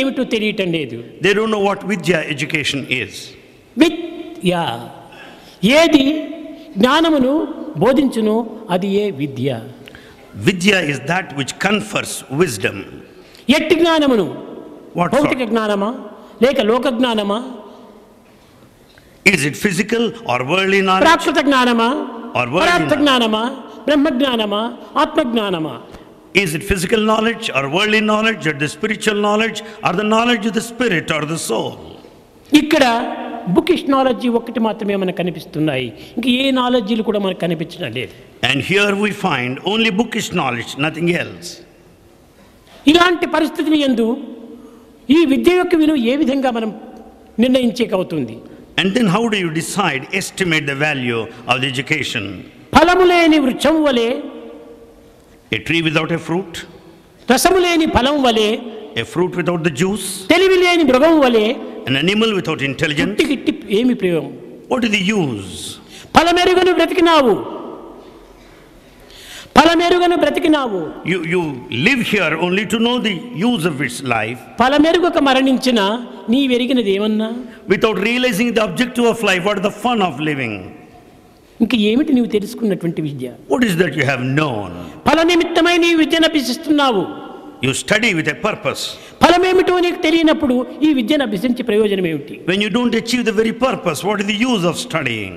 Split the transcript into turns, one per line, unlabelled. ఏమిటో తెలియటం లేదు
They don't know what vidya education is.
విద్య ఏది జ్ఞానమును బోధించును అది ఏ విద్య
Vidya is that which confers wisdom.
ఎట్టి జ్ఞానమును
What
భౌతిక
sort?
జ్ఞానమా లేక లోక జ్ఞానమా
Is it physical or worldly knowledge?
Prakrit జ్ఞానమా
Or worldly
పరార్థ జ్ఞానమా బ్రహ్మ జ్ఞానమా ఆత్మ జ్ఞానమా
Is it physical knowledge or worldly knowledge or the spiritual knowledge or the knowledge of the spirit or the soul?
ఇక్కడ bookish knowledge ఒక్కటి మాత్రమే మనకు కనిపిస్తున్నాయి ఇంక ఏ నాలెడ్జీలు కూడా మనకు కనిపించడం లేదు
And here we find only bookish knowledge, nothing else.
ఇలాంటి పరిస్థితిని ఎందు ఈ విద్య యొక్క విలువ ఏ విధంగా మనం నిర్ణయించేకవుతుంది
And then how do you decide, estimate the value of the education?
ఫలము లేని వృక్షం వలె
A tree without a fruit,
రసము లేని ఫలం వలె
a fruit without the juice,
తెలివి లేని మృగం వలె
an animal without intelligence.
గిట్టి ఏమి ప్రయోగం
What is the use?
ఫలమెరుగను బ్రతికినావు ఫలమెరుగను బ్రతికినావు
You, you live here only to know the use of its life
ఫలమెరుగుక మరణించిన నీ వెరిగినది ఏమన్నా
without realizing the objective of life. What is the fun of living?
ఇంక ఏమిటి నీవు తెలుసుకున్నటువంటి విద్య
What is that you have known?
ఫల నిమిత్తమై నీ విద్యను అభ్యసిస్తున్నావు
You study with a purpose.
ఫలమేమిటో నీకు తెలియనప్పుడు ఈ విద్యను అభ్యసించే ప్రయోజనం ఏమిటి
When you don't achieve the very purpose, what is the use of studying?